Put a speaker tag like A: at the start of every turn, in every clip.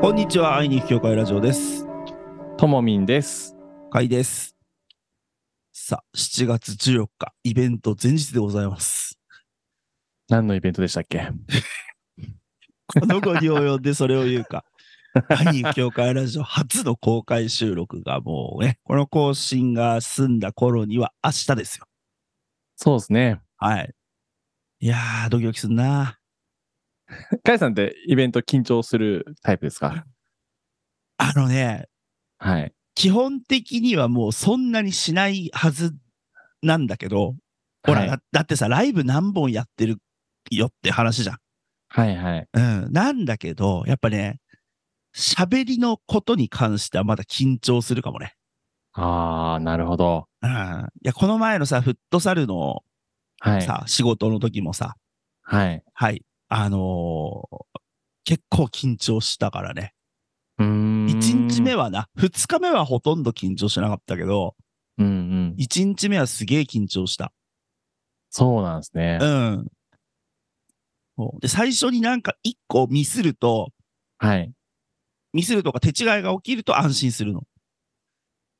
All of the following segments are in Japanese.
A: こんにちは、愛に行く教会ラジオです。
B: ともみんです。
A: かいです。さあ、7月14日、イベント前日でござい ます。
B: 何のイベントでしたっけ
A: この後に及んでそれを言うか。愛に行く教会ラジオ初の公開収録がもうね、この更新が済んだ頃には明日ですよ。
B: そうですね。
A: はい。いやー、ドキドキすんな。
B: かえさんってイベント緊張するタイプですか
A: あのね、
B: はい。
A: 基本的にはもうそんなにしないはずなんだけど、ほら、
B: はい
A: だだってさ、ライブ何本やってるよって話じゃん。
B: はいはい。
A: うん。なんだけど、やっぱね、喋りのことに関してはまだ緊張するかもね。
B: ああ、なるほど。
A: うん。いや、この前のさ、フットサルの
B: はい。
A: さ、仕事の時もさ、
B: はい。
A: はい。あのー結構緊張したからね。
B: うーん。
A: 1日目はな、2日目はほとんど緊張しなかったけど、
B: うんうん。
A: 1日目はすげえ緊張した。
B: そうなんですね
A: う。ん。そうで、最初になんか1個ミスると、
B: はい。
A: ミスるとか手違いが起きると安心するの。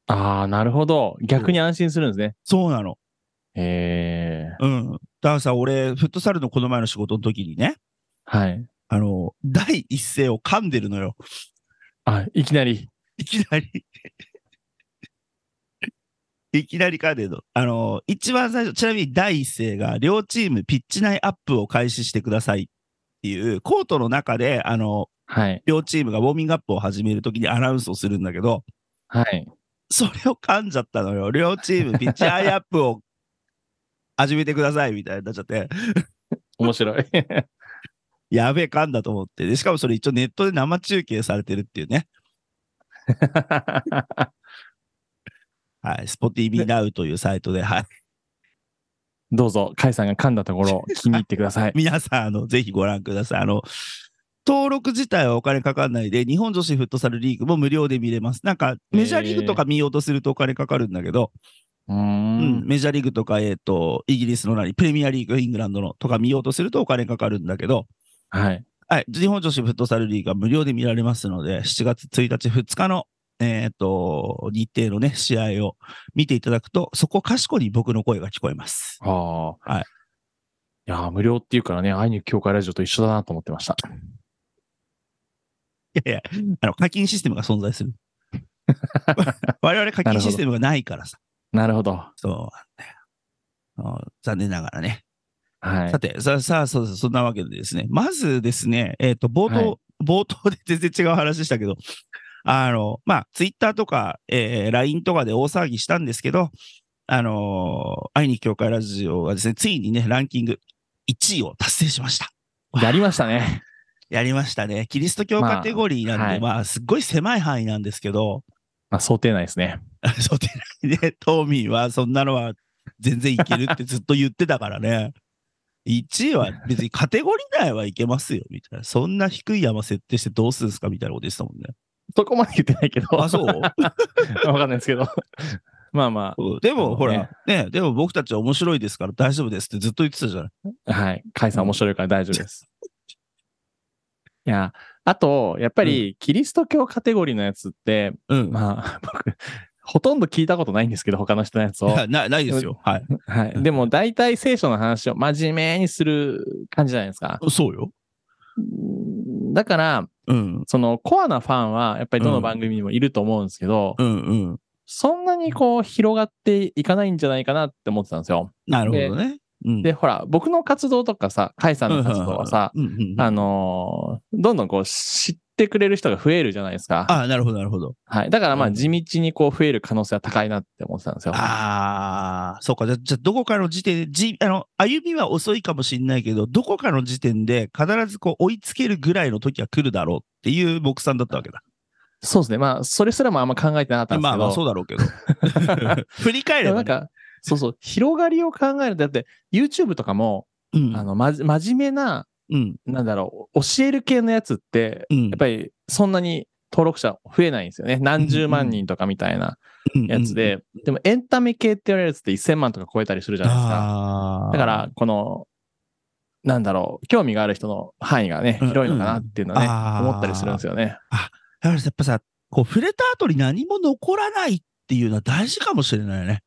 B: ああ、なるほど。逆に安心するんですね。
A: そうなの。
B: へえ。
A: うん。だからさ、俺、フットサルのこの前の仕事の時にね、
B: はい。
A: あの、第一声を噛んでるのよ。
B: あ、いきなり。
A: いきなり。いきなり噛んでるの。あの、一番最初、ちなみに第一声が、両チームピッチ内アップを開始してくださいっていう、コートの中で、あの、
B: はい。
A: 両チームがウォーミングアップを始めるときにアナウンスをするんだけど、
B: はい。
A: それを噛んじゃったのよ。両チームピッチ内アップを始めてくださいみたいになっちゃって。
B: 面 白い。
A: やべえ、かんだと思って。で、しかもそれ一応ネットで生中継されてるっていうね。はい。SpotTV Now というサイトで、はい。
B: どうぞ、かえさんが噛んだところ、気に入ってください。
A: 皆さん、あの、ぜひご覧ください。あの、登録自体はお金かかんないで、日本女子フットサルリーグも無料で見れます。なんか、メジャーリーグとか見ようとするとお金かかるんだけど、
B: うー
A: うん、
B: ん。
A: メジャーリーグとか、えっ、と、イギリスの何、プレミアリーグ、イングランドのとか見ようとするとお金かかるんだけど、
B: はい。
A: はい、日本女子フットサルリーグは無料で見られますので、7月1日、2日の、えっ、と、日程のね、試合を見ていただくと、そこかしこに僕の声が聞こえます。
B: ああ。
A: はい
B: いやー、無料っていうからね、愛に教会ラジオと一緒だなと思ってました。
A: いやいや、あの、課金システムが存在す る。我々課金システムがないからさ。
B: なるほど。
A: そうなんだよあの。残念ながらね。
B: はい
A: さ。て、ささあそうそう、そんなわけでですね、まずですね、えっ、と、冒頭、
B: はい
A: 冒頭で 全然違う話でしたけど、あの、まあ、ツイッターとか、えー、LINE とかで大騒ぎしたんですけど、あのー愛に教会ラジオがですね、ついにね、ランキング1位を達成しました。
B: やりましたね。
A: やりましたね。キリスト教カテゴリーなんで、まあ、
B: まあはい
A: すっごい狭い範囲なんですけど、
B: まあ、想定内ですね。
A: そうでないね、トーミーはそんなのは全然いけるってずっと言ってたからね。1位は別にカテゴリー内はいけますよ、みたいな。そんな低い山設定してどうするんですかみたいなことでしたもんね。
B: そこまで言ってないけど。
A: あ、そう
B: わかんないですけど。 まあま
A: うんでも、ほ
B: そう
A: ら、ね、でも僕たちは面白いですから大丈夫ですってずっと言ってたじゃない。
B: あ、はい。カイさん面白いから大丈夫です。いや、あと、やっぱり、キリスト教カテゴリーのやつって、
A: うん。
B: まあ、 僕、ほとんど聞いたことないんですけど、他の人のやつを。
A: ななないですよ。はい。
B: はい。でも、大体聖書の話を真面目にする感じじゃないですか。
A: そうよ。
B: だから、
A: うん。
B: そのコアなファンは、やっぱりどの番組にもいると思うんですけど、
A: うんうん。
B: そんなにこう広がっていかないんじゃないかなって思ってたんですよ。
A: なるほどね。うん、
B: で、ほら、僕の活動とかさ、カイさんの活動はさ、
A: うんうんうん、
B: あのーどんどんこう知ってくれる人が増えるじゃないですか。
A: あ、なるほど、なるほど。
B: はい。だからま
A: う
B: あ
A: ん
B: 地道にこう増える可能性は高いなって思ってたんですよ。
A: ああ、そうか。じゃ、じゃ、どこかの時点で、じ、あの、歩みは遅いかもしれないけど、どこかの時点で必ずこう追いつけるぐらいの時は来るだろうっていう目算だったわけだ。
B: そうですね。まあそれすらもあんま考えてなかったんですけど。
A: まあまあ、そうだろうけど。 振り返
B: で
A: れ
B: もな
A: ば、
B: ん
A: ね、
B: か、そうそう、広がりを考えると、だって YouTube とかも、
A: うん、
B: あの、まじ、真面目な、
A: うん、
B: なんだろう、教える系のやつって、
A: うん、
B: やっぱりそんなに登録者増えないんですよね。何十万人とかみたいな
A: り
B: やつで。でもエンタメ系って言われるやつって1000万とか超えたりするじゃないですか。
A: ああ、
B: だか、ら、この、なんだろう、興味がある人の範囲がね、
A: うん
B: 広いのかなっていうのはね、
A: うんあー
B: 思ったりするんですよね。
A: だからやっぱさ、こう触れた後に何も残らないっていうのは大事かもしれないね。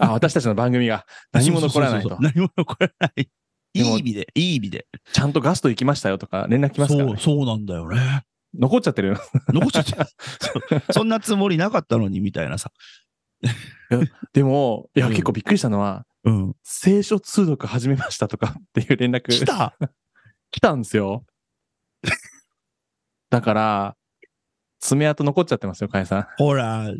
B: あ、私たちの番組が何も残らない
A: そ
B: と
A: う。そうそう何も残らない。い
B: でも
A: い意味で、いい意味で。
B: ちゃんとガスト行きましたよとか連絡来ますから
A: そ
B: ね
A: う、。そうなんだよね。
B: 残っちゃってる。
A: 残っちゃって。そうそんなつもりなかったのにみたいなさ。
B: でも、いや、
A: うん
B: 結構びっくりしたのは、
A: うん。
B: 聖書通読始めましたとかっていう連絡
A: 来た
B: 来たんですよ。だから、爪痕残っちゃってますよ、かえさん。
A: ほら、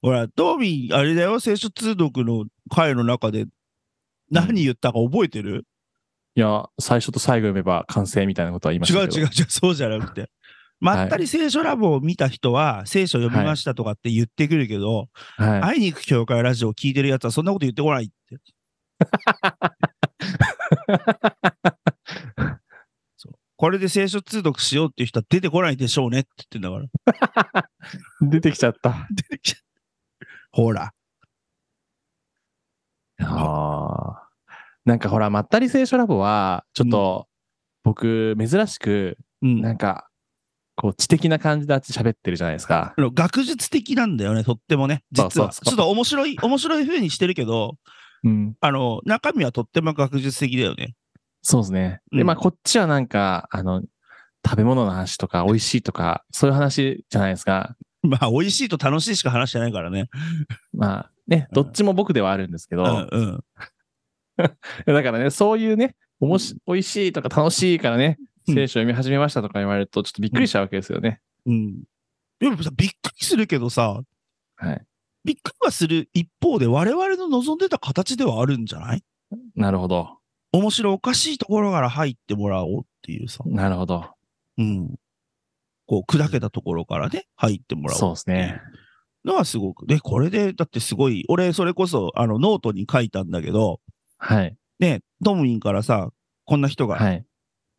A: ほら、トーミー、あれだよ、聖書通読の会の中で何言ったか覚えてる、
B: いや、最初と最後読めば完成みたいなことは言いまし
A: 違う
B: たけど。
A: 違う違う、そうじゃなくて。まったり聖書ラボを見た人は、聖書読みましたとかって言ってくるけど、
B: はい。
A: 会いに行く教会ラジオを聞いてるやつはそんなこと言ってこない って。そうこれで聖書通読しようっていう人は出てこないでしょうねって言ってんだから。
B: 出てきちゃった。
A: ほら。
B: あーなんかほら、まったり聖書ラボは、ちょっと、僕、珍しく、
A: うん。
B: なんか、こう、知的な感じであっち喋ってるじゃないですか
A: あ。の学術的なんだよね、とってもね。
B: そう
A: 実は。
B: そう
A: ち
B: そう
A: ょっと面白い、面白い風にしてるけど、
B: うん。
A: あの、中身はとっても学術的だよね。
B: そうですね。
A: う
B: で、
A: ん
B: まあ、こっちはなんか、あの、食べ物の話とか、美味しいとか、そういう話じゃないですか。
A: まあ、美味しいと楽しいしか話してないからね。
B: まあ、ね、どっちも僕ではあるんですけ
A: う
B: ど、
A: んうん。
B: だからね、そういうね、おもし、美味しいとか楽しいからね、
A: うん
B: 聖書読み始めましたとか言われると、ちょっとびっくりしちゃうわけですよね。
A: うん。でもさ、びっくりするけどさ、
B: はい。
A: びっくりはする一方で、我々の望んでた形ではあるんじゃない
B: なるほど。
A: 面白おかしいところから入ってもらおうっていうさ、
B: なるほど。
A: うん。こう、砕けたところからね、入ってもらおう。
B: そうですね。
A: のはすごく。で、これで、だってすごい、俺、それこそ、あの、ノートに書いたんだけど、
B: はい。
A: ね、トムインからさ、こんな人が
B: はい。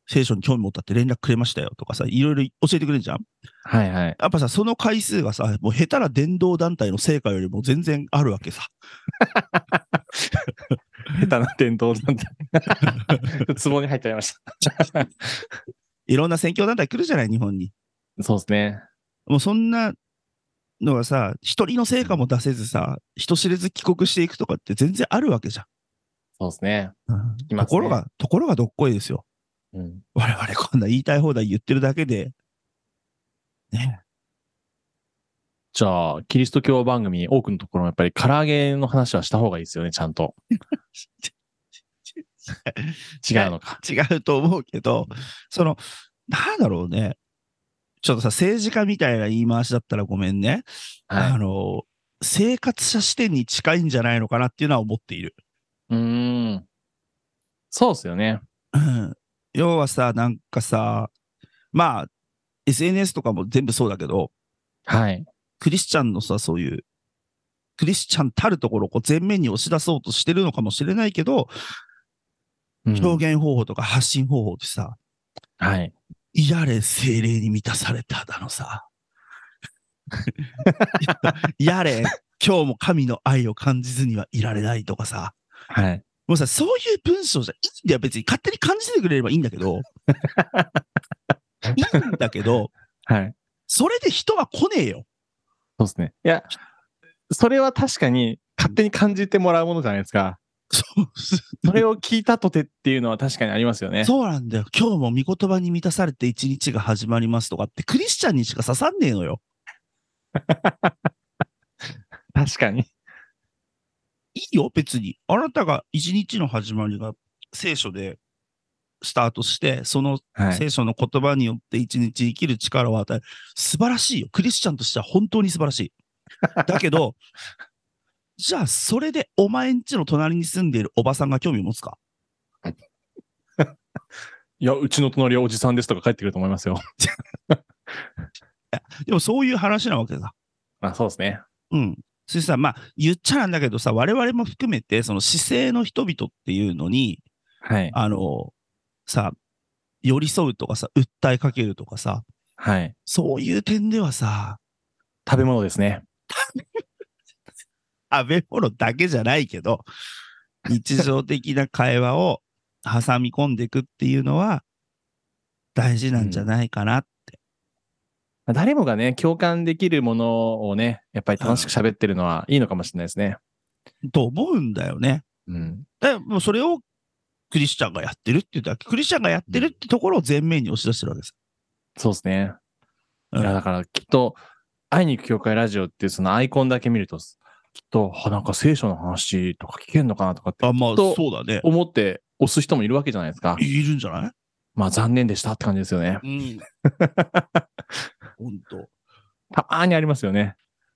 A: 聖書に興味持ったって連絡くれましたよとかさ、いろいろ教えてくれるじゃん。
B: はいはい。
A: やっぱさ、その回数がさ、もう下手な伝道団体の成果よりも全然あるわけさ。
B: 下手な伝統なんて。 ツボに入っちゃいました。
A: いろんな宣教団体来るじゃない、日本に。
B: そうですね。
A: もうそんなのがさ、一人の成果も出せずさ、人知れず帰国していくとかって全然あるわけじゃん。
B: そうですね。聞きます
A: と
B: ね
A: ころが、ところがどっこいですよ。
B: うん。
A: 我々こんな言いたい放題言ってるだけで、ね。
B: じゃあ、キリスト教番組、多くのところもやっぱり唐揚げの話はした方がいいですよね、ちゃん と。違うのか。
A: 違うと思うけど、その、なんだろうね。ちょっとさ、政治家みたいな言い回しだったらごめんね。あ
B: はい。
A: の、生活者視点に近いんじゃないのかなっていうのは思っている。
B: うーん。そうですよね。
A: うん要はさ、なんかさ、まあ、SNS とかも全部そうだけど、
B: はい。
A: クリスチャンのさ、そういう、クリスチャンたるところをこう前面に押し出そうとしてるのかもしれないけど、
B: うん
A: 表現方法とか発信方法ってさ、
B: はい。
A: やれ精霊に満たされただのさ。 やれ今日も神の愛を感じずにはいられないとかさ。
B: はい。
A: もうさ、そういう文章じゃいいんだよ。別に勝手に感じてくれればいいんだけど。いいんだけど、
B: はい。
A: それで人は来ねえよ。
B: そうですね。いや、それは確かに勝手に感じてもらうものじゃないですか。
A: そう
B: それを聞いたとてっていうのは確かにありますよね。
A: そうなんだよ。今日も御言葉に満たされて一日が始まりますとかって、クリスチャンにしか刺さんねえのよ。
B: 確かに。
A: いいよ、別に。あなたが一日の始まりが聖書でスタートして、その
B: はい。
A: 聖書の言葉によって一日生きる力を与える。素晴らしいよ。クリスチャンとしては本当に素晴らしい。だけど、 じゃあ、それでお前んちの隣に住んでいるおばさんが興味持つか
B: いや、うちの隣はおじさんですとか帰ってくると思いますよ。
A: でもそういう話なわけだ。
B: まあそうですね。
A: うん。そしてさ、まあ、言っちゃなんだけどさ、我々も含めて、その姿勢の人々っていうのに、
B: はい。
A: あの、さ、寄り添うとかさ、訴えかけるとかさ、
B: はい。
A: そういう点ではさ、
B: 食べ物ですね。
A: 食べ物だけじゃないけど、日常的な会話を挟み込んでいくっていうのは大事なんじゃないかな。
B: 誰もがね、共感できるものをね、やっぱり楽しく喋ってるのはいいのかもしれないですね。
A: と思うんだよね。
B: うん。
A: だからもうそれをクリスチャンがやってるっていうだけ、クリスチャンがやってるってところを前面に押し出してるわけです。
B: そうですね。
A: うん
B: いや、だからきっと、会いに行く教会ラジオっていうそのアイコンだけ見ると、きっと、あなんか聖書の話とか聞けんのかなとかって
A: あ、まあ
B: と
A: そうだね。
B: 思って押す人もいるわけじゃないですか。
A: いるんじゃない
B: まあ残念でしたって感じですよね。
A: うん。本当。い
B: たまーにありますよね。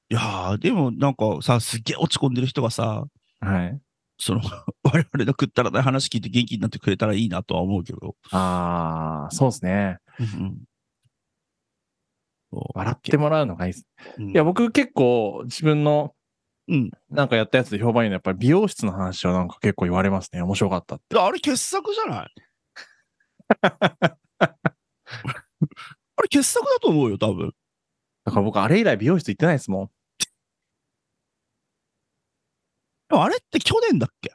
A: やー、でもなんかさ、すっげえ落ち込んでる人がさ、
B: はい。
A: その、 我々のくったらない話聞いて元気になってくれたらいいなとは思うけど。
B: ああ、そうですね。
A: うんそう
B: 笑ってもらうのがいいです。
A: うん
B: いや、僕結構自分の
A: うん
B: なんかやったやつで評判いいのはやっぱり美容室の話はなんか結構言われますね。面白かったって。
A: あれ傑作じゃない あれ傑作だと思うよ、多分。
B: だから僕あれ以来美容室行ってないですもん。
A: でもあれって去年だっけ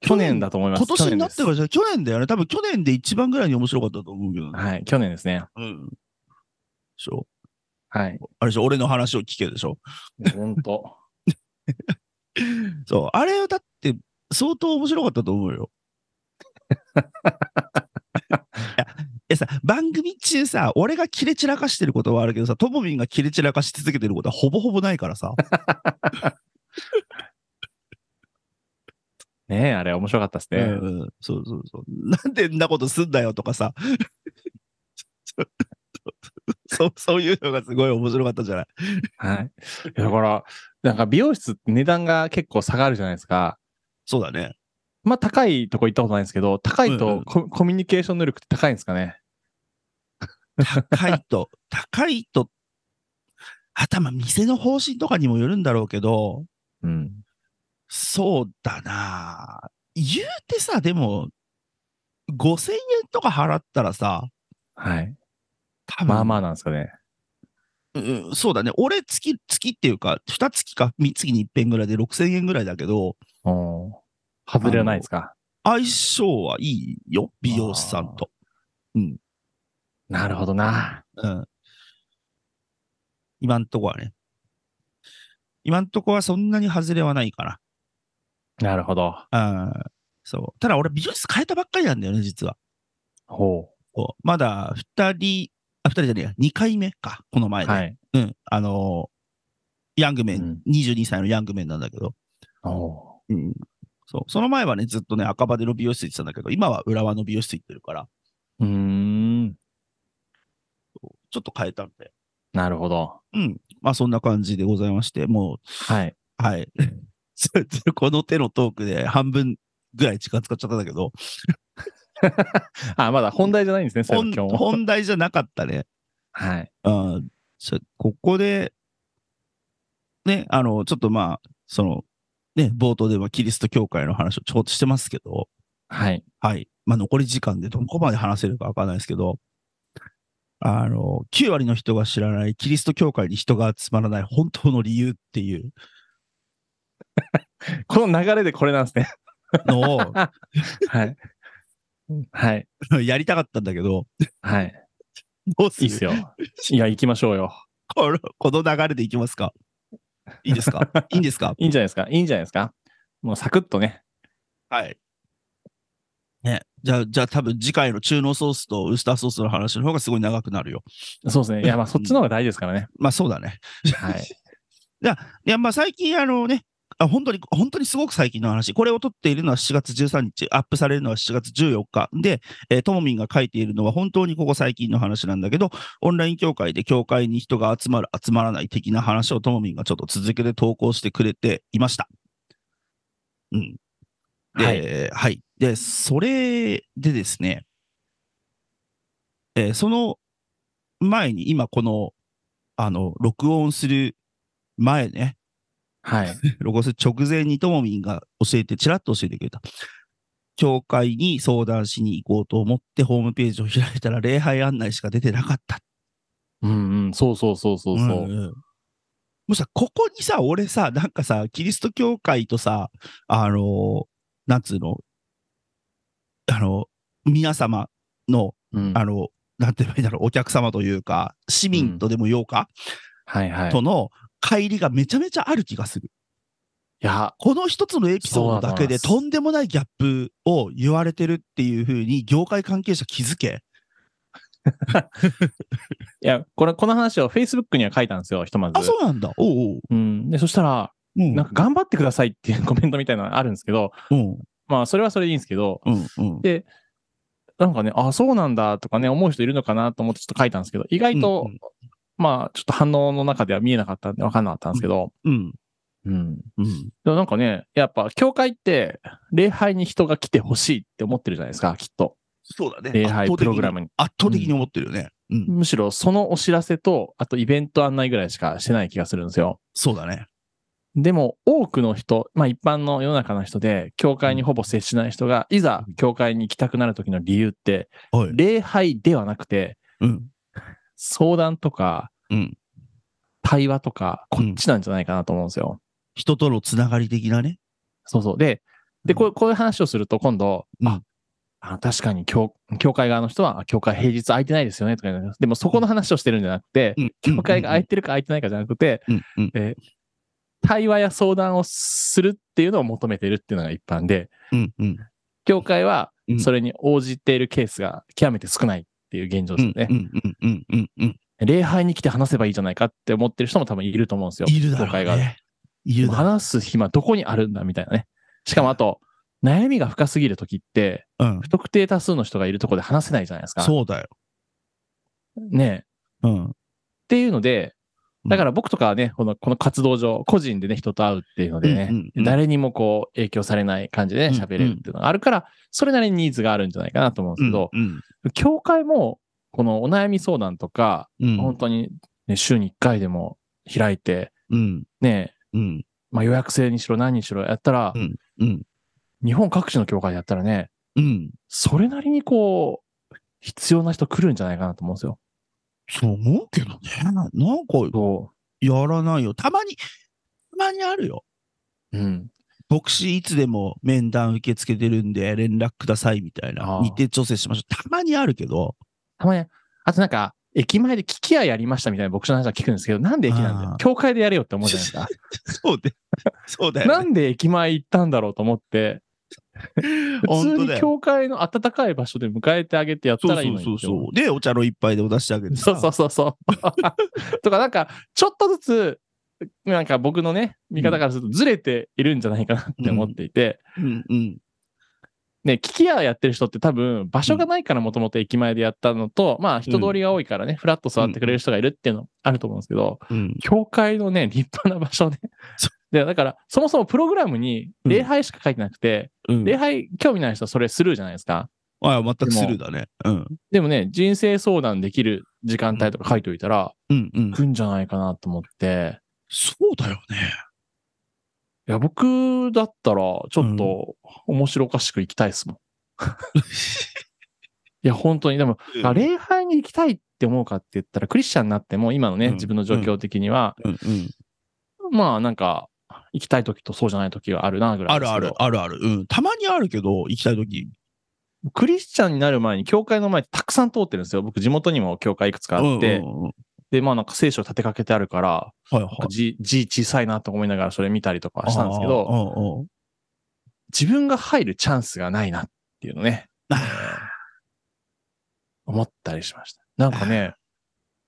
B: 去年だと思います。
A: 今年になってか
B: 去
A: らじゃ去年だよね。多分去年で一番ぐらいに面白かったと思うけど
B: 年です
A: ね。
B: はい、去年ですね。
A: うん。そう。
B: はい。
A: あれでしょ、俺の話を聞けでしょ。
B: 本当。
A: そう。あれだって相当面白かったと思うよ。いやいやさ、番組中さ、俺が切れ散らかしてることはあるけどさ、ともみんが切れ散らかし続けてることはほぼほぼないからさ。
B: ねえ、あれ面白かったですね。
A: うんうん、そうそうそう。なんでんなことすんだよとかさ。 そうそういうのがすごい面白かったじゃない。
B: はい。だから、なんか美容室って値段が結構下があるじゃないですか。
A: そうだね。
B: まあ高いとこ行ったことないんですけど、高い
A: うんう
B: と
A: ん
B: コ,、コミュニケーション能力って高いんですかね。
A: 高いと、高いと、頭、店の方針とかにもよるんだろうけど、
B: うん。
A: そうだな言うてさ、でも、5000円とか払ったらさ、
B: はい。
A: 多分
B: まあまあなんですかね。
A: うん、そうだね。俺、月、月っていうか、2月か3月に一遍ぐらいで6000円ぐらいだけど、
B: おー外れはないですか。
A: 相性はいいよ、美容師さんと。
B: なるほどな。
A: うん。今んとこはね。今んとこはそんなに外れはないか
B: なるほど。
A: な。うん。そう。ただ俺、美容室変えたばっかりなんだよね、実は。
B: ほ
A: こうまだ2人、あ、2人じゃねえや、2回目か、この
B: う。
A: 前で。
B: はい。
A: うん。あのーヤングメン、
B: うん
A: 22歳のヤングメンなんだけど。
B: ほ
A: うん。そう。その前はね、ずっとね、赤羽の美容室行ってたんだけど、今は浦和の美容室行ってるから、
B: う。うーん。
A: ちょっと変えたんで。
B: なるほど。
A: うん。まあ、そんな感じでございまして、もう、
B: はい。
A: はい。ちょっと この手のトークで半分ぐらい時間使っちゃったんだけど、
B: あ、まだ本題じゃないんですね、それは
A: 本
B: 今日も。
A: 本題じゃなかったね。
B: はい。
A: うんちょここで、ね、あの、ちょっとまあ、その、ね、冒頭ではキリスト教会の話をちょっとしてますけど、
B: はい。
A: はい。まあ、残り時間でどこまで話せるかわかんないですけど、あの、9割の人が知らないキリスト教会に人が集まらない本当の理由っていう
B: この流れでこれなんですね。
A: のを
B: はい。はい。
A: やりたかったんだけど、
B: はい。
A: どうす
B: いい
A: る
B: っす よ。いや、行きましょうよ。
A: この、この流れでいきますかいいです かいいんですか
B: いいんじゃないですかいいんじゃないですかもうサクッとね。
A: はい。ね。じゃあ、じゃあ多分次回の中濃ソースとウスターソースの話の方がすごい長くなるよ。
B: そうですね。いや、まあそっちの方が大事です からね。
A: まあそうだね。
B: はい。
A: いや、まあ最近あのね、あ本当に、本当にすごく最近の話。これを撮っているのは7月13日、アップされるのは7月14日。で、えーともみんが書いているのは本当にここ最近の話なんだけど、オンライン協会で協会に人が集まる、集まらない的な話をともみんがちょっと続けて投稿してくれていました。うん。で、は
B: はい
A: い、で、それでですね、えーその前に今この、あの、録音する前ね、
B: はい。
A: ロゴス直前にともみんが教えて、ちらっと教えてくれた。教会に相談しに行こうと思ってホームページを開いたら礼拝案内しか出てなかった。
B: うんうん。そうそうそうそうそう。
A: んんもうさ、ここにさ、俺さ、なんかさ、キリスト教会とさ、あのーなんつうの、皆様の、
B: うん
A: あの、なんて言えばいいんだろう、お客様というか、市民とでも言おうか、
B: はいはい。
A: との帰りがめちゃめちゃある気がする。
B: いや、
A: この一つのエピソードだけで
B: そうだと思
A: とんでもないギャップを言われてるっていうふうに業界関係者気づけ。
B: いや、これ、この話を Facebook には書いたんですよ、ひとまず。
A: あ、そうなんだ。おうおう。
B: うん。で、そしたら、
A: うん。
B: なんか頑張ってくださいっていうコ メントみたいなのあるんですけど、
A: うん。
B: まあ、それはそれでいいんですけど、
A: うん。うん。
B: で、なんかね、あ、そうなんだとかね、思う人いるのかなと思ってちょっと書いたんですけど、意外と、
A: うん
B: まあ、ちょっと反応の中では見えなかったんで分かんなかったんですけど、
A: うん。
B: うん。で
A: うん。
B: もなんかね、やっぱ、教会って、礼拝に人が来てほしいって思ってるじゃないですか、きっと。
A: そうだね。
B: 礼拝プログラ
A: ム。
B: ムに。
A: 圧倒的に思ってるよね。うん。
B: むしろ、そのお知らせと、あとイベント案内ぐらいしかしてない気がするんですよ。
A: そうだね。
B: でも、多くの人、まあ一般の世の中の人で、教会にほぼ接しない人が、いざ、教会に行きたくなる時の理由って、
A: はい。
B: 礼拝ではなくて、
A: うん。
B: 相談とか、
A: うん
B: 対話とか、こ
A: うん
B: っちなんじゃないかなと思うんですよ。
A: 人とのつながり的なね。
B: そうそう。で、で、こうこういう話をすると、今度、
A: うん
B: ああ、確かに教、教会側の人は、あ教会平日空いてないですよね、とか言われますでも、そこの話をしてるんじゃなくて、
A: うん。
B: 教会が空いてるか空いてないかじゃなくて、
A: うん。うん。
B: 対話や相談をするっていうのを求めてるっていうのが一般で、
A: うん。うん。
B: 教会は
A: うん
B: それに応じているケースが極めて少ないっていう現状
A: う
B: ですよ
A: ん。
B: ね
A: う。ん。うん。うん。うん。
B: 礼拝に来て話せばいいじゃないかって思ってる人も多分いると思うんですよ。
A: いるだ
B: 教
A: ろう
B: 会が
A: ね。いるだろ
B: 話す暇どこにあるんだみたいなね。しかもあと、悩みが深すぎるときって、
A: う。うん。
B: 不特定多数の人がいるところで話せないじゃないですか。
A: そうだよ。
B: ねえ。っ
A: うん。
B: ていうので、
A: うん
B: だから僕とかはね、このこの活動上、個人でね、人と会うっていうのでね、
A: うんうんうん
B: 誰にもこう影響されない感じでね
A: うん
B: 喋、れるっていうのがあるから、それなりにニーズがあるんじゃないかなと思うんですけど、
A: うん。
B: 教会も、このお悩み相談とか、
A: うん。
B: 本当に、ね、週に1回でも開いて、
A: うん。
B: ね
A: う
B: え、
A: ん。
B: まあ、予約制にしろ何にしろやったら、
A: うん。
B: 日本各地の教会でやったらね、
A: うん。
B: それなりにこう、必要な人来るんじゃないかなと思うんですよ。
A: そう思うけどね。なんか、
B: そ
A: やらないよ。たまに、たまにあるよ。
B: う。うん。
A: 牧師いつでも面談受け付けてるんで連絡くださいみたいな
B: あ。ー
A: 日程調整しましょう。たまにあるけど。
B: たまに、あとなんか、駅前で聞き合いやりましたみたいな牧師の話は聞くんですけど、なんで駅なんだ
A: あー
B: よ。教会でやれよって思うじゃないですか。
A: そう で、そうだ
B: な
A: よね。
B: んで駅前行ったんだろうと思って、
A: 本
B: 普
A: 当
B: 通に
A: だよ。
B: 教会の暖かい場所で迎えてあげてやっ
A: そ
B: た
A: う
B: らいい
A: そう
B: の
A: そう
B: にって思
A: そう。で、お茶の一杯でお出してあげ
B: う。
A: るさ。
B: そうそうそうそう。とか、なんか、ちょっとずつ、なんか僕のね、見方からするとずれているんじゃないかなって思っていて、
A: うんうん。
B: ね、聞き屋やってる人って多分場所がないからもともと駅前でやったのと、まあ人通りが多いからね、フラッと座ってくれる人がいるっていうのあると思うんですけど、
A: うん。
B: 教会のね、立派な場所で、
A: そ
B: で、だから、そもそもプログラムに
A: うん
B: 礼拝しか書いてなくて、
A: うん
B: 礼拝興味ない人はそれスルーじゃないですか。
A: あ全くスルーだね。うん。
B: でもね、人生相談できる時間帯とか書いておいたら、
A: うんうん。
B: 来んじゃないかなと思って、
A: そうだよね。
B: いや、僕だったら、ちょっと面白おかしく行きた いですもん。いや、本当に、でも、あ礼拝に行きたいって思うかって言ったら、クリスチャンになっても、今の
A: う
B: ね、
A: ん
B: 自分の状況的には、
A: うんうん。
B: まあなんか、行きたい時とそうじゃない時があるな、ぐら
A: あ
B: い
A: る
B: です
A: あ
B: けど。
A: る、あるある。うん。たまにあるけど、行きたいとき。
B: クリスチャンになる前に、教会の前ってたくさん通ってるんですよ。僕、地元にも教会いくつかあって、
A: うんうんうん
B: で、まあなんか聖書立てかけてあるから、
A: はいは
B: なんか
A: い。
B: 字、字小さいなと思いながらそれ見たりとかはしたんですけど、
A: あー。うんうん
B: 自分が入るチャンスがないなっていうのね、
A: あ
B: 思ったりしました。なんかね、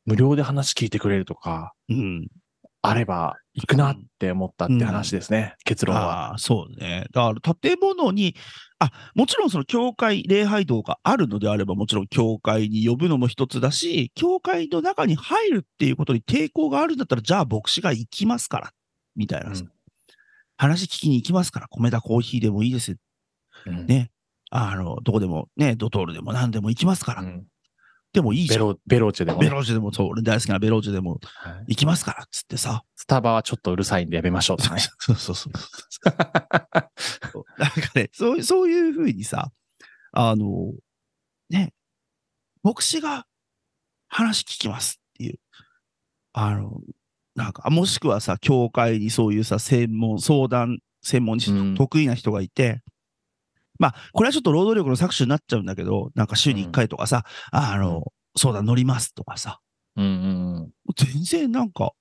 B: 無料で話聞いてくれるとか、
A: ーうん。
B: あれば行くなって思ったって話ですね、結論は。
A: ああー、そうね。だから建物に、あ、もちろんその教会、礼拝堂があるのであれば、もちろん教会に呼ぶのも一つだし、教会の中に入るっていうことに抵抗があるんだったら、じゃあ牧師が行きますから、みたいなさ、
B: うん
A: 話聞きに行きますから、米田コーヒーでもいいです。
B: うん
A: ねあの、どこでも、ね、ドトールでも何でも行きますから、
B: うん
A: でもいいじ
B: ベ
A: ゃん。
B: ロ、ベローチェでもね、
A: ベロージュでも、そう、俺大好きなベロージュでも
B: はい
A: 行きますから、つってさ。
B: スタバはちょっとうるさいんでやめましょうとかね。
A: そうそうそうそう。なんかね、そういうそういうふうにさ、あの、ね、牧師が話聞きますっていう、あの、なんか、もしくはさ、教会にそういうさ、専門、相談、専門に
B: うん
A: 得意な人がいて、まあ、これはちょっと労働力の搾取になっちゃうんだけど、なんか週に1回とかさ、ああの、そうだ、乗りますとかさ、
B: うんうんうん。
A: 全然なんか、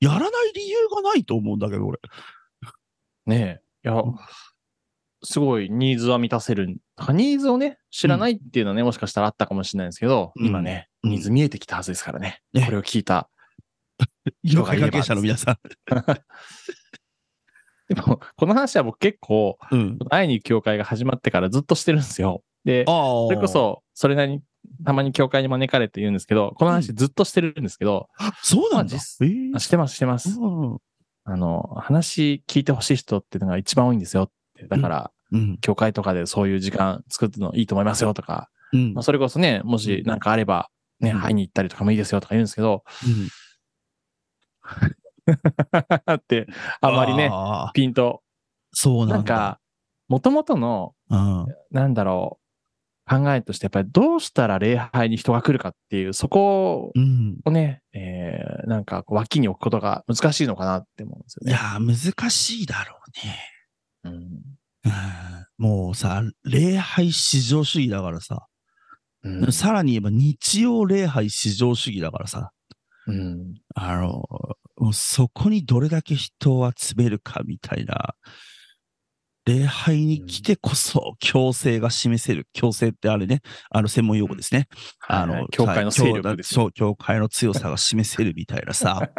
A: やらない理由がないと思うんだけど、俺。
B: ねえ。いや、すごいニーズは満たせる。だからニーズをね、知らないっていうのはね、もしかしたらあったかもしれないんですけど、
A: うん
B: 今ね、
A: うん
B: ニーズ見えてきたはずですからね。
A: ね
B: これを聞いた。
A: 業界関係者の皆さ
B: でも、この話は僕結構、
A: ん。うん。
B: 会いに行く教会が始まってからずっとしてるんですよ。で、
A: ああ。
B: それこそ、それなりに、たまに教会に招かれて言うんですけど、この話ずっとしてるんですけど、
A: あ。そうなんだ。
B: まあ
A: え
B: 実あしてます、してます。
A: うん
B: あの、話聞いてほしい人っていうのが一番多いんですよって。だから、
A: うん。
B: 教会とかでそういう時間作るのいいと思いますよとか、
A: うん
B: まあ、。それこそね、もしなんかあれば、ね、
A: うん
B: 会いに行ったりとかもいいですよとか言 うんですけど、
A: うん
B: って、あまりね、
A: ああ
B: ピンと。
A: そう
B: な
A: なんんだ。
B: か、もともとの、
A: うん
B: なんだろう、考えとして、やっぱりどうしたら礼拝に人が来るかっていう、そこ
A: うん。
B: をね、えー、なんかこう脇に置くことが難しいのかなって思うんですよ
A: い
B: ね。
A: やー、難しいだろうね。
B: うん
A: うんもうさ、礼拝至上主義だからさ、
B: うん
A: さらに言えば日曜礼拝至上主義だからさ、
B: うん
A: あの、もうそこにどれだけ人を集めるかみたいな、礼拝に来てこそ強制が示せる。強制ってあれね、あの専門用語ですね。あ
B: はいは
A: の
B: い、教会の勢力ですよ。
A: そう、教会の強さが示せるみたいな さ、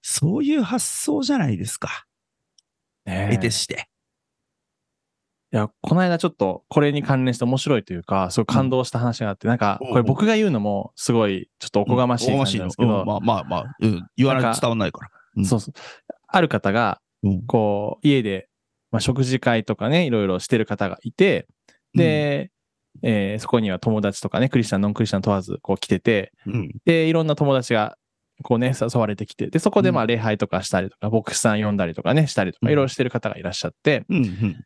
A: そういう発想じゃないですか。
B: ねえ
A: 得てして。
B: いや、この間ちょっとこれに関連して面白いというか、すごい感動した話があって、なんか、
A: おう
B: これ僕が言うのもすごいちょっとおこがましい感じなんですけ
A: おこ
B: ど、
A: がましいのうんまあまあまあ、うん、言わない
B: なん
A: と
B: か
A: 伝わんないから。うん
B: そうそう。ある方が、
A: うん
B: こう、家で、まあ、食事会とかね、いろいろしてる方がいて、で、えーそこには友達とかね、クリスチャン、ノンクリスチャン問わず、こう来てて、
A: うん、うん、
B: で、いろんな友達が、こうね、誘われてきて、で、そこでま
A: う
B: あ礼拝とかしたりとか、牧師さん呼んだりとかね、したりと
A: う
B: か、
A: ん
B: いろいろしてる方がいらっしゃって、
A: うん、うん。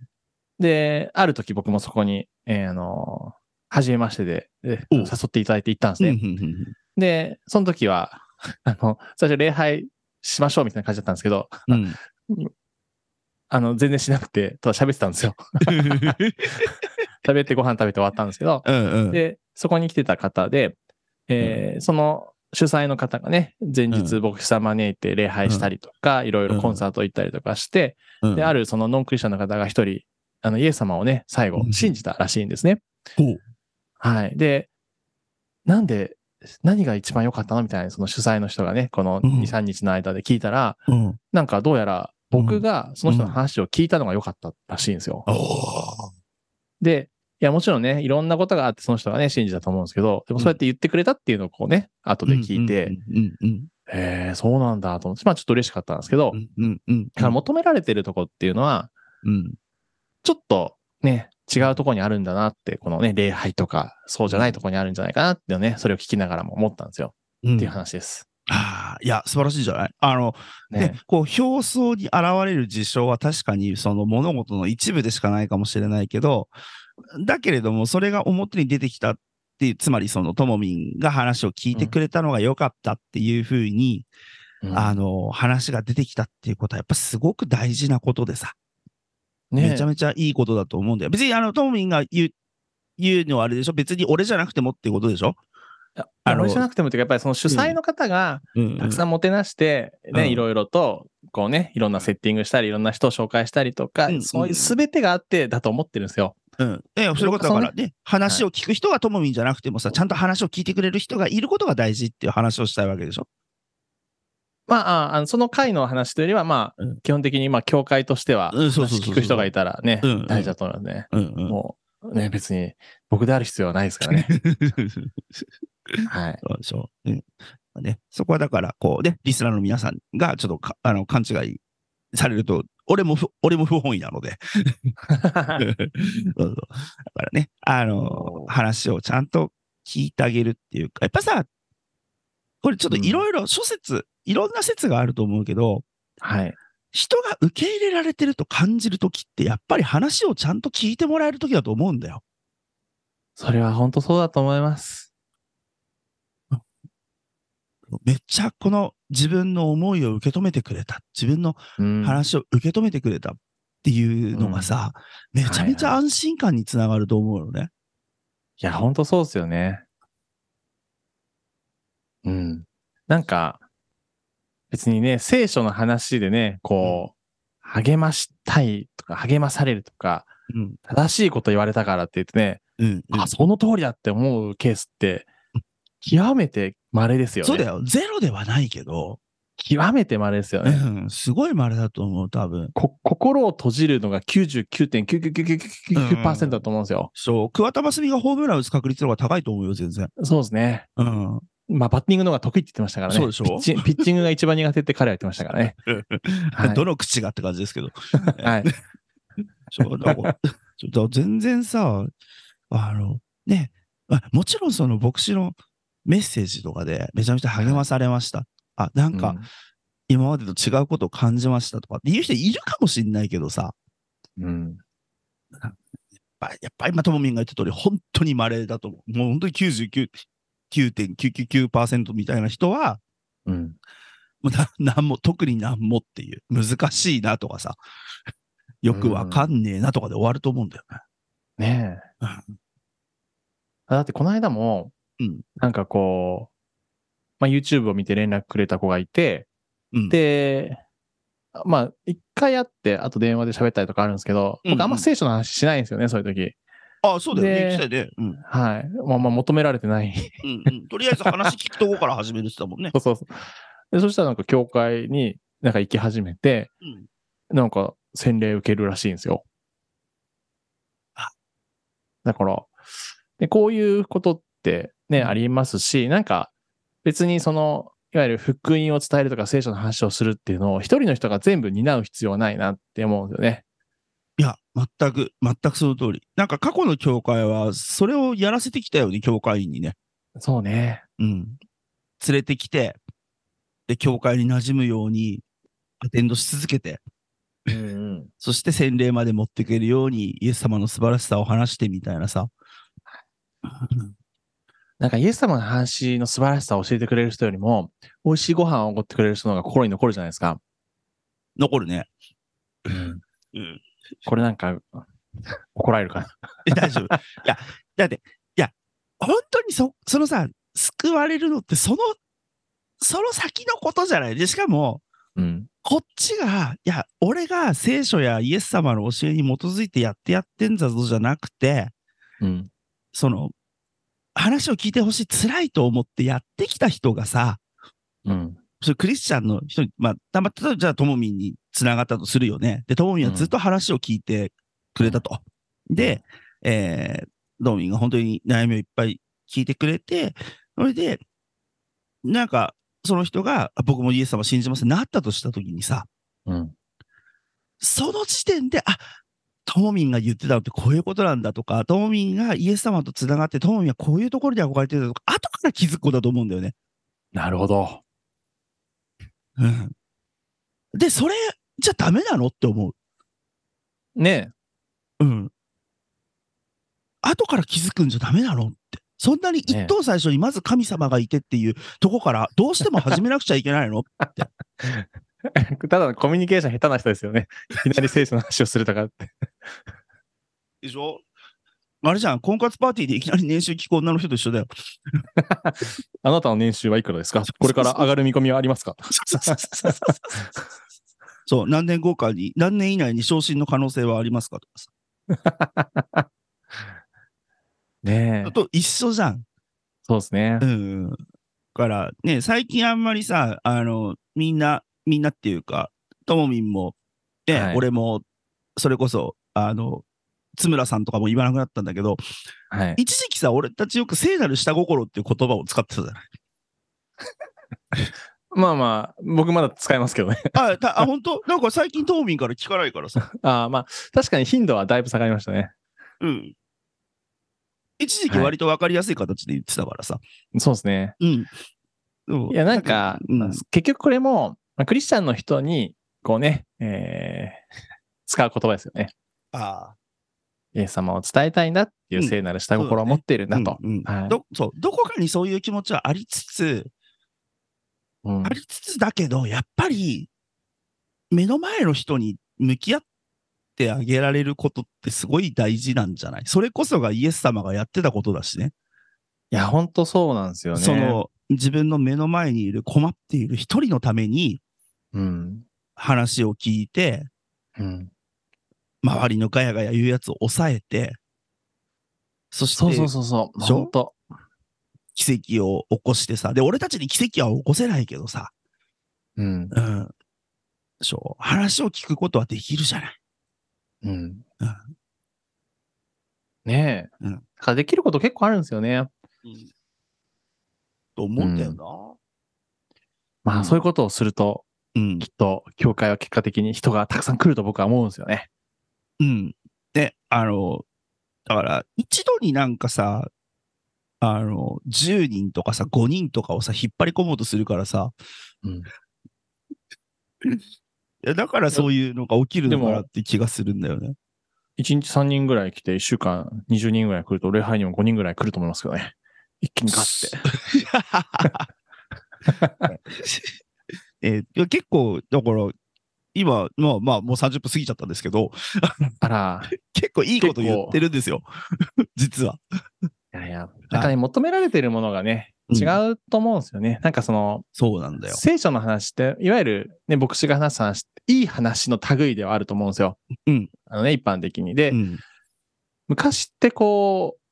B: で、ある時僕もそこに、えーあのー、初めましてで、で
A: おう
B: 誘っていただいて行ったんですね。
A: うんうんうん
B: で、その時は、 あの、最初礼拝しましょうみたいな感じだ ったんですけど、
A: うん
B: あの、全然しなくて、ただ喋ってたんです よ。喋ってご飯食べて終わったんですけど、
A: うんうん
B: で、そこに来てた方で、えーその主催の方がね、前日牧師さん招いて礼拝したりとか、いろいろコンサート行ったりとかして、
A: うん
B: で、あるそのノンクリスチャンの方が一人、あの、イエス様をね、最後
A: う、ん
B: 信じたらしいんですね。
A: ほう
B: はい。で、なんで、何が一番良かったのみたいな、その主催の人がね、この
A: うん
B: 2、3日の間で聞いたら、
A: うん
B: なんかどうやら僕がその人の話を聞いたのが良かったらしいんですよ。
A: おー
B: で、いや、もちろんね、いろんなことがあって、その人がね、信じたと思うんですけど、でもそうやって言ってくれたっていうのをこうね、後で聞いて、
A: うんうん
B: へえ、そうなんだと思って、まあちょっと嬉しかったんですけど
A: う、んうんうん
B: だから求められてるとこっていうのは、
A: うん
B: ちょっとね、違うとこにあるんだなって、このね、礼拝とか、そうじゃないとこにあるんじゃないかなっていうのをね、それを聞きながらも思ったんですよ。
A: うん
B: っていう話です。
A: あーいや素晴らしいじゃないあのね
B: ね。
A: こう表層に現れる事象は確かにその物事の一部でしかないかもしれないけどだけれどもそれが表に出てきたっていうつまりそのともみんが話を聞いてくれたのが良かったっていうふうに、
B: うん
A: あの話が出てきたっていうことはやっぱすごく大事なことでさ
B: ね
A: めちゃめちゃいいことだと思うんだよ。別にあの、トモミンが言う、言うのはあれでしょ別に俺じゃなくてもっていうことでしょ
B: いや
A: あの
B: 俺じゃなくてもっていうか、やっぱりその主催の方が、
A: うん
B: たくさんもてなして、ね、
A: うん
B: いろいろと、こうね、いろんなセッティングしたり、いろんな人を紹介したりとか、
A: うん
B: そういう全てがあってだと思ってるんですよ。
A: うん。ええ、そういうことだからね、話を聞く人がトモミンじゃなくてもさ、ちゃんと話を聞いてくれる人がいることが大事っていう話をしたいわけでしょ
B: まああ、あのその回の話というよりは、まあ、
A: うん
B: 基本的に、まあ、教会としては、
A: うんそうそうそうそう
B: 話聞く人がいたらね、
A: うんうん
B: 大事だと思いますね。
A: うんうん。
B: もう、ね、別に僕である必要はないですから ね。はい。
A: そうでしょうん。まあね、そこはだから、こうね、リスナーの皆さんがちょっとかあの勘違いされると、俺も不、俺も不本意なので。そうそうだからね、あの
B: お、ー
A: 話をちゃんと聞いてあげるっていうか、やっぱさ、これちょっといろいろ諸説、いろんな説があると思うけど、
B: はい。
A: 人が受け入れられてると感じるときって、やっぱり話をちゃんと聞いてもらえるときだと思うんだよ。
B: それは本当そうだと思います。
A: めっちゃこの自分の思いを受け止めてくれた、自分の
B: うん。
A: 話を受け止めてくれたっっていうのがさ、めちゃめちゃ安心感につながると思うよね。
B: いや、ほんとそうですよね。うん。なんか、別にね、聖書の話でね、こう、励ましたいとか、励まされるとか、
A: うん。
B: 正しいこと言われたからって言ってね、
A: うん。
B: あ、その通りだって思うケースって、極めて稀ですよね。
A: そうだよ。ゼロではないけど、
B: 極めて稀ですよ
A: う
B: ね。
A: ん、すごい稀だと思う、多分。
B: こ心を閉じるのが99.99999%だと思うんですよ。
A: そう、桑田真澄がホームラン打つ確率の方が高いと思うよ、全然。
B: そうですね。
A: うん。
B: まあ、バッティングの方が得意って言ってましたからね。
A: そうでしょ
B: ピッチンピッチングが一番苦手って彼は言ってましたからね。 はい
A: どの口がって感じですけど。
B: はい。
A: そうだからちょっと全然さ、あの、ね、まあもちろんその牧師のメッセージとかでめちゃめちゃ励まされました。あ、なんか今までと違うことを感じましたとかっていう人いるかもしんないけどさ、
B: うん、うん。
A: やっぱやっぱり今、ともみんが言った通り、本当に稀だと思う。もう本当に99 9.999%みたいな人は、
B: うん。
A: もうななんも、特になんもっていう、難しいなとかさ、よくわかんねえなとかで終わると思うんだよね。
B: ねえ。
A: うん
B: あだってこの間も、
A: うん
B: なんかこう、まあ、YouTube を見て連絡くれた子がいて、
A: うん
B: で、まあ、一回会って、あと電話で喋ったりとかあるんですけど、
A: うんうん
B: 僕あんま聖書の話しないんですよね、そういう時。
A: あ、そうだよね。言
B: で
A: ってたよね。うん。
B: はい。まあまあ求められてない。
A: うんうんとりあえず話聞くとこから始めるって言ってたもんね
B: そ。うそうそう。で、そしたらなんか教会になんか行き始めて、
A: うん
B: なんか洗礼受けるらしいんですよ。
A: あ
B: だから、でこういうことってね、
A: うん
B: ありますし、なんか別にその、いわゆる福音を伝えるとか聖書の話をするっていうのを一人の人が全部担う必要はないなって思うんですよね。
A: いや、全く、全くその通り。なんか過去の教会は、それをやらせてきたよね、教会員にね。
B: そうね。
A: うん。連れてきて、で、教会に馴染むように、アテンドし続けて、
B: うん。
A: そして洗礼まで持っていけるように、イエス様の素晴らしさを話してみたいなさ。
B: なんかイエス様の話の素晴らしさを教えてくれる人よりも、美味しいご飯をおごってくれる人の方が心に残るじゃないですか。
A: 残るね。うん。
B: これなんか、 怒られるかな。
A: え 大丈夫。いや、だって、いや、本当にそ、そのさ、救われるのって、その、その先のことじゃない。で、しかも、
B: うん。
A: こっちが、いや、俺が聖書やイエス様の教えに基づいてやってやってんだぞじゃなくて、
B: うん。
A: その、話を聞いてほしい、辛いと思ってやってきた人がさ、
B: うん。
A: それクリスチャンの人に、まあ、たまたまじゃあ、ともみんに繋がったとするよね。で、ともみんはずっと話を聞いてくれたと。で、えー、ともみんが本当に悩みをいっぱい聞いてくれて、それで、なんか、その人が、あ僕もイエス様信じますってなったとしたときにさ、
B: うん。
A: その時点で、あトモミンが言ってたのってこういうことなんだとか、トモミンがイエス様とつながって、トモミンはこういうところで憧れてたとか、後から気づくことだと思うんだよね。
B: なるほど。
A: うん、で、それじゃダメなのって思う。
B: ね
A: うん。後から気づくんじゃダメなのって。そんなに一等最初にまず神様がいてっていうとこから、どうしても始めなくちゃいけないの
B: え ただのコミュニケーション下手な人ですよね。いきなり聖書の話をするとかって。
A: でしょあれじゃん、婚活パーティーでいきなり年収既婚女の人と一緒 だよ。
B: あなたの年収はいくらです かこれから上がる見込みはあります か
A: そう、何年後かに、何年以内に昇進の可能性はありますかとかさ。
B: ねえ。
A: と一緒じゃん。
B: そうですね
A: う。ん。だからね、最近あんまりさ、あの、みんな、みんなっていうか、ともみんも、ね、
B: はい
A: 俺も、それこそ、あの、津村さんとかも言わなくなったんだけど、
B: はい。
A: 一時期さ、俺たちよく聖なる下心っていう言葉を使ってたじゃない。
B: まあまあ、僕まだ使えますけどね。
A: あ、たあ本当なんか最近ともみんから聞かないからさ。
B: ああまあ、確かに頻度はだいぶ下がりましたね。
A: うん。一時期割と分かりやすい形で言ってたからさ。
B: そうですね。
A: うん。そう
B: いや、なんか、
A: うん
B: 結局これも、まあクリスチャンの人に、こうね、えー 使う言葉ですよね。
A: あ
B: イエス様を伝えたいんだっていう聖なる下心を持っているんだと。
A: うんうん
B: はい
A: どそうどこかにそういう気持ちはありつつ、
B: うん
A: ありつつだけど、やっぱり目の前の人に向き合ってあげられることってすごい大事なんじゃないそれこそがイエス様がやってたことだしね。
B: いや、本当そうなんですよね。
A: そ、の自分の目の前にいる困っている一人のために
B: うん。
A: 話を聞いて、
B: うん。
A: 周りのガヤガヤ言うやつを抑えて、そして
B: そうそうそうそう。
A: でしょ
B: 本当
A: 奇跡を起こしてさ、で、俺たちに奇跡は起こせないけどさ、
B: うん。
A: うん。そう、話を聞くことはできるじゃない。
B: うん
A: うん。
B: ねえ。
A: うん
B: だからできること結構あるんですよね。
A: と思うんだよな。
B: ま
A: うん
B: あ、そういうことをすると、
A: うん
B: きっと、教会は結果的に人がたくさん来ると僕は思うんですよね。
A: うん。で、あの、だから、一度になんかさ、あの、10人とかさ、5人とかをさ、引っ張り込もうとするからさ、
B: うん。
A: いやだからそういうのが起きるのかなって気がするんだ よね。
B: 1日3人ぐらい来て、1週間20人ぐらい来ると、礼拝にも5人ぐらい来ると思いますけどね。一気にガッて。
A: えーいや結構、だから、今、まあまあ、もう30分過ぎちゃったんですけど、
B: あ ら、
A: 結構いいこと言ってるんですよ。 実は。
B: いやいや、なんかね、求められてるものがね、違うと思うんですよね。なんかその、
A: そうなんだよ。
B: 聖書の話って、いわゆる、ね、牧師が話す話って、いい話の類ではあると思うんですよ。
A: うん
B: あのね、一般的に。で、
A: うん。
B: 昔ってこう、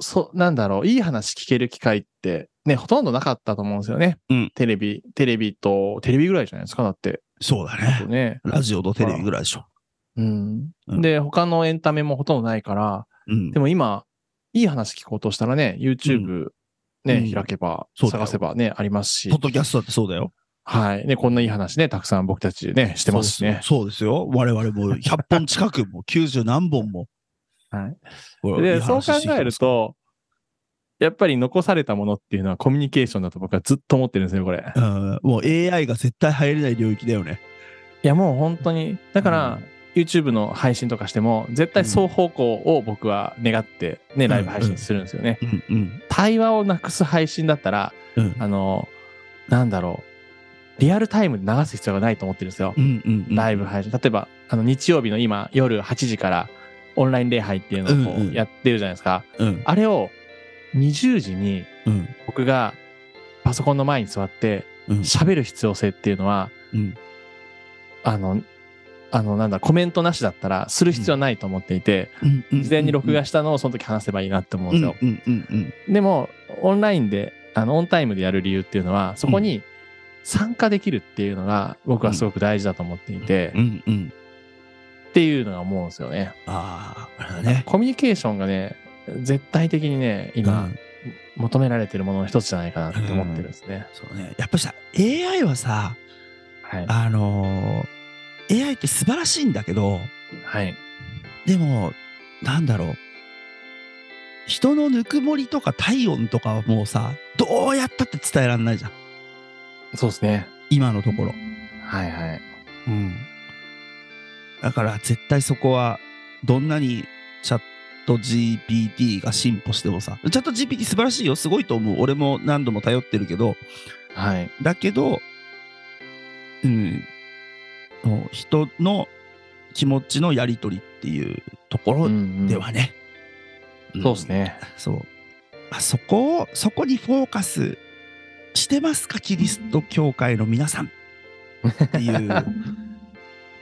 B: そ、なんだろう、いい話聞ける機会って、ね、ほとんどなかったと思うんですよね。
A: うん
B: テレビ、テレビと、テレビぐらいじゃないですか、だって。
A: そうだ
B: あと
A: ね。
B: ね。
A: ラジオとテレビぐらいでしょ。
B: うん。
A: うん
B: で、他のエンタメもほとんどないから、
A: うん
B: で。も今、いい話聞こうとしたらね、YouTube ね、
A: うん
B: 開けば、
A: そうだよ
B: 探せばね、ありますし
A: ポッ、ドキャストだってそうだよ。
B: はい。ね、こんないい話ね、たくさん僕たちね、してますしね。
A: そうそうそうですよ。我々も100本近くも、90何本も。
B: はい
A: これ。い
B: で、
A: い
B: そう
A: 話
B: 考
A: してきてます
B: える、と、やっぱり残されたものっていうのはコミュニケーションだと僕はずっと思ってるんですね、これ。
A: うん、もう AI が絶対入れない領域だよね。
B: いや、もう本当に、だから
A: う、
B: YouTube の配信とかしても、絶対双方向を僕は願って、ね、
A: ん
B: ライブ配信するんですよね。
A: うんうん。
B: 対話をなくす配信だったら、
A: うん
B: あの、なんだろう、リアルタイムで流す必要がないと思ってるんですよ
A: う。んうんうん。
B: ライブ配信。例えば、あの、日曜日の今、夜8時から、オンライン礼拝っていうのをこ
A: うんうん
B: うやってるじゃないですか。
A: うん
B: あれを、20時に、
A: うん
B: 僕がパソコンの前に座って
A: うん
B: 喋る必要性っていうのは、
A: うん
B: あの、あの、なんだ、コメントなしだったらする必要はないと思っていて、
A: うんうん。
B: 事前に録画したのをその時話せばいいなって思うん
A: う
B: で
A: ん
B: す
A: うん
B: よ。
A: うんうん。
B: でも、オンラインで、あの、オンタイムでやる理由っていうのは、そこに参加できるっていうのが僕はすごく大事だと思っていて
A: う、んうん。
B: っていうのが思うんですよね。
A: ああ、あれだね。
B: コミュニケーションがね、絶対的にね、今、
A: うん
B: 求められてるものの一つじゃないかなって思ってるんですね。
A: そうね。やっぱりさ、AI はさ、
B: はい。
A: あのー AI って素晴らしいんだけど、
B: はい。
A: でも、なんだろう。人のぬくもりとか体温とかはもうさ、どうやったって伝えられないじゃん。
B: そうですね。
A: 今のところ。
B: はいはい。
A: うん。だから絶対そこは、どんなにチャット GPT が進歩してもさ、チャット GPT 素晴らしいよ。すごいと思う。俺も何度も頼ってるけど、
B: はい。
A: だけど、うん、もう人の気持ちのやりとりっていうところではね。
B: うんんそうです。ね。
A: そう。あそこを、そこにフォーカスしてますか、キリスト教会の皆さん。っていう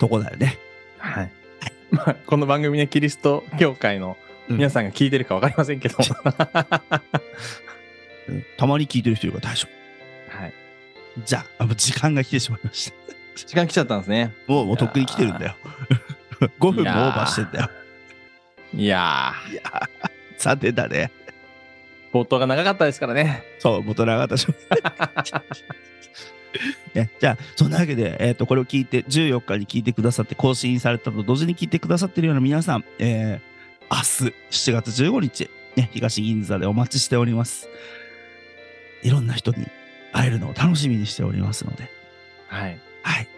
A: とこだよね。
B: はい。 まあ、この番組ね、キリスト教会の皆さんが聞いてるかわかりませんけ ど。
A: うんたまに聞いてる人いるから大丈
B: はい。
A: 夫。じゃあ、あもう時間が来てしまいました。
B: 時間来ちゃったんですね。
A: もう、もうとっくに来てるんだよ。5分もオー バーしてんだよ。
B: いや
A: さてだね。
B: ー、冒頭が長かったですからね。
A: そう、元永田翔 ねじゃあ、そんなわけで、えっ、と、これを聞いて、14日に聞いてくださって、更新されたと同時に聞いてくださってるような皆さん、えー明日、7月15日、ね、東銀座でお待ちしております。いろんな人に会えるのを楽しみにしておりますので、
B: はい。
A: はい。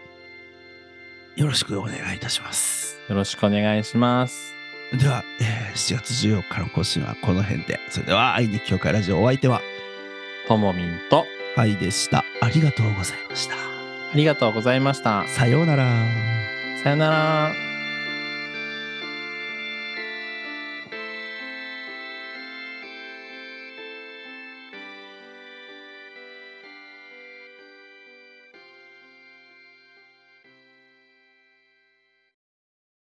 A: よろしくお願いいたします。
B: よろしくお願いします。
A: では、えー7月14日の更新はこの辺で、それでは、愛に教会ラジオお相手は、
B: ともみんと、
A: はいでした。ありがとうございました。
B: ありがとうございました。
A: さようなら。
B: さよなら。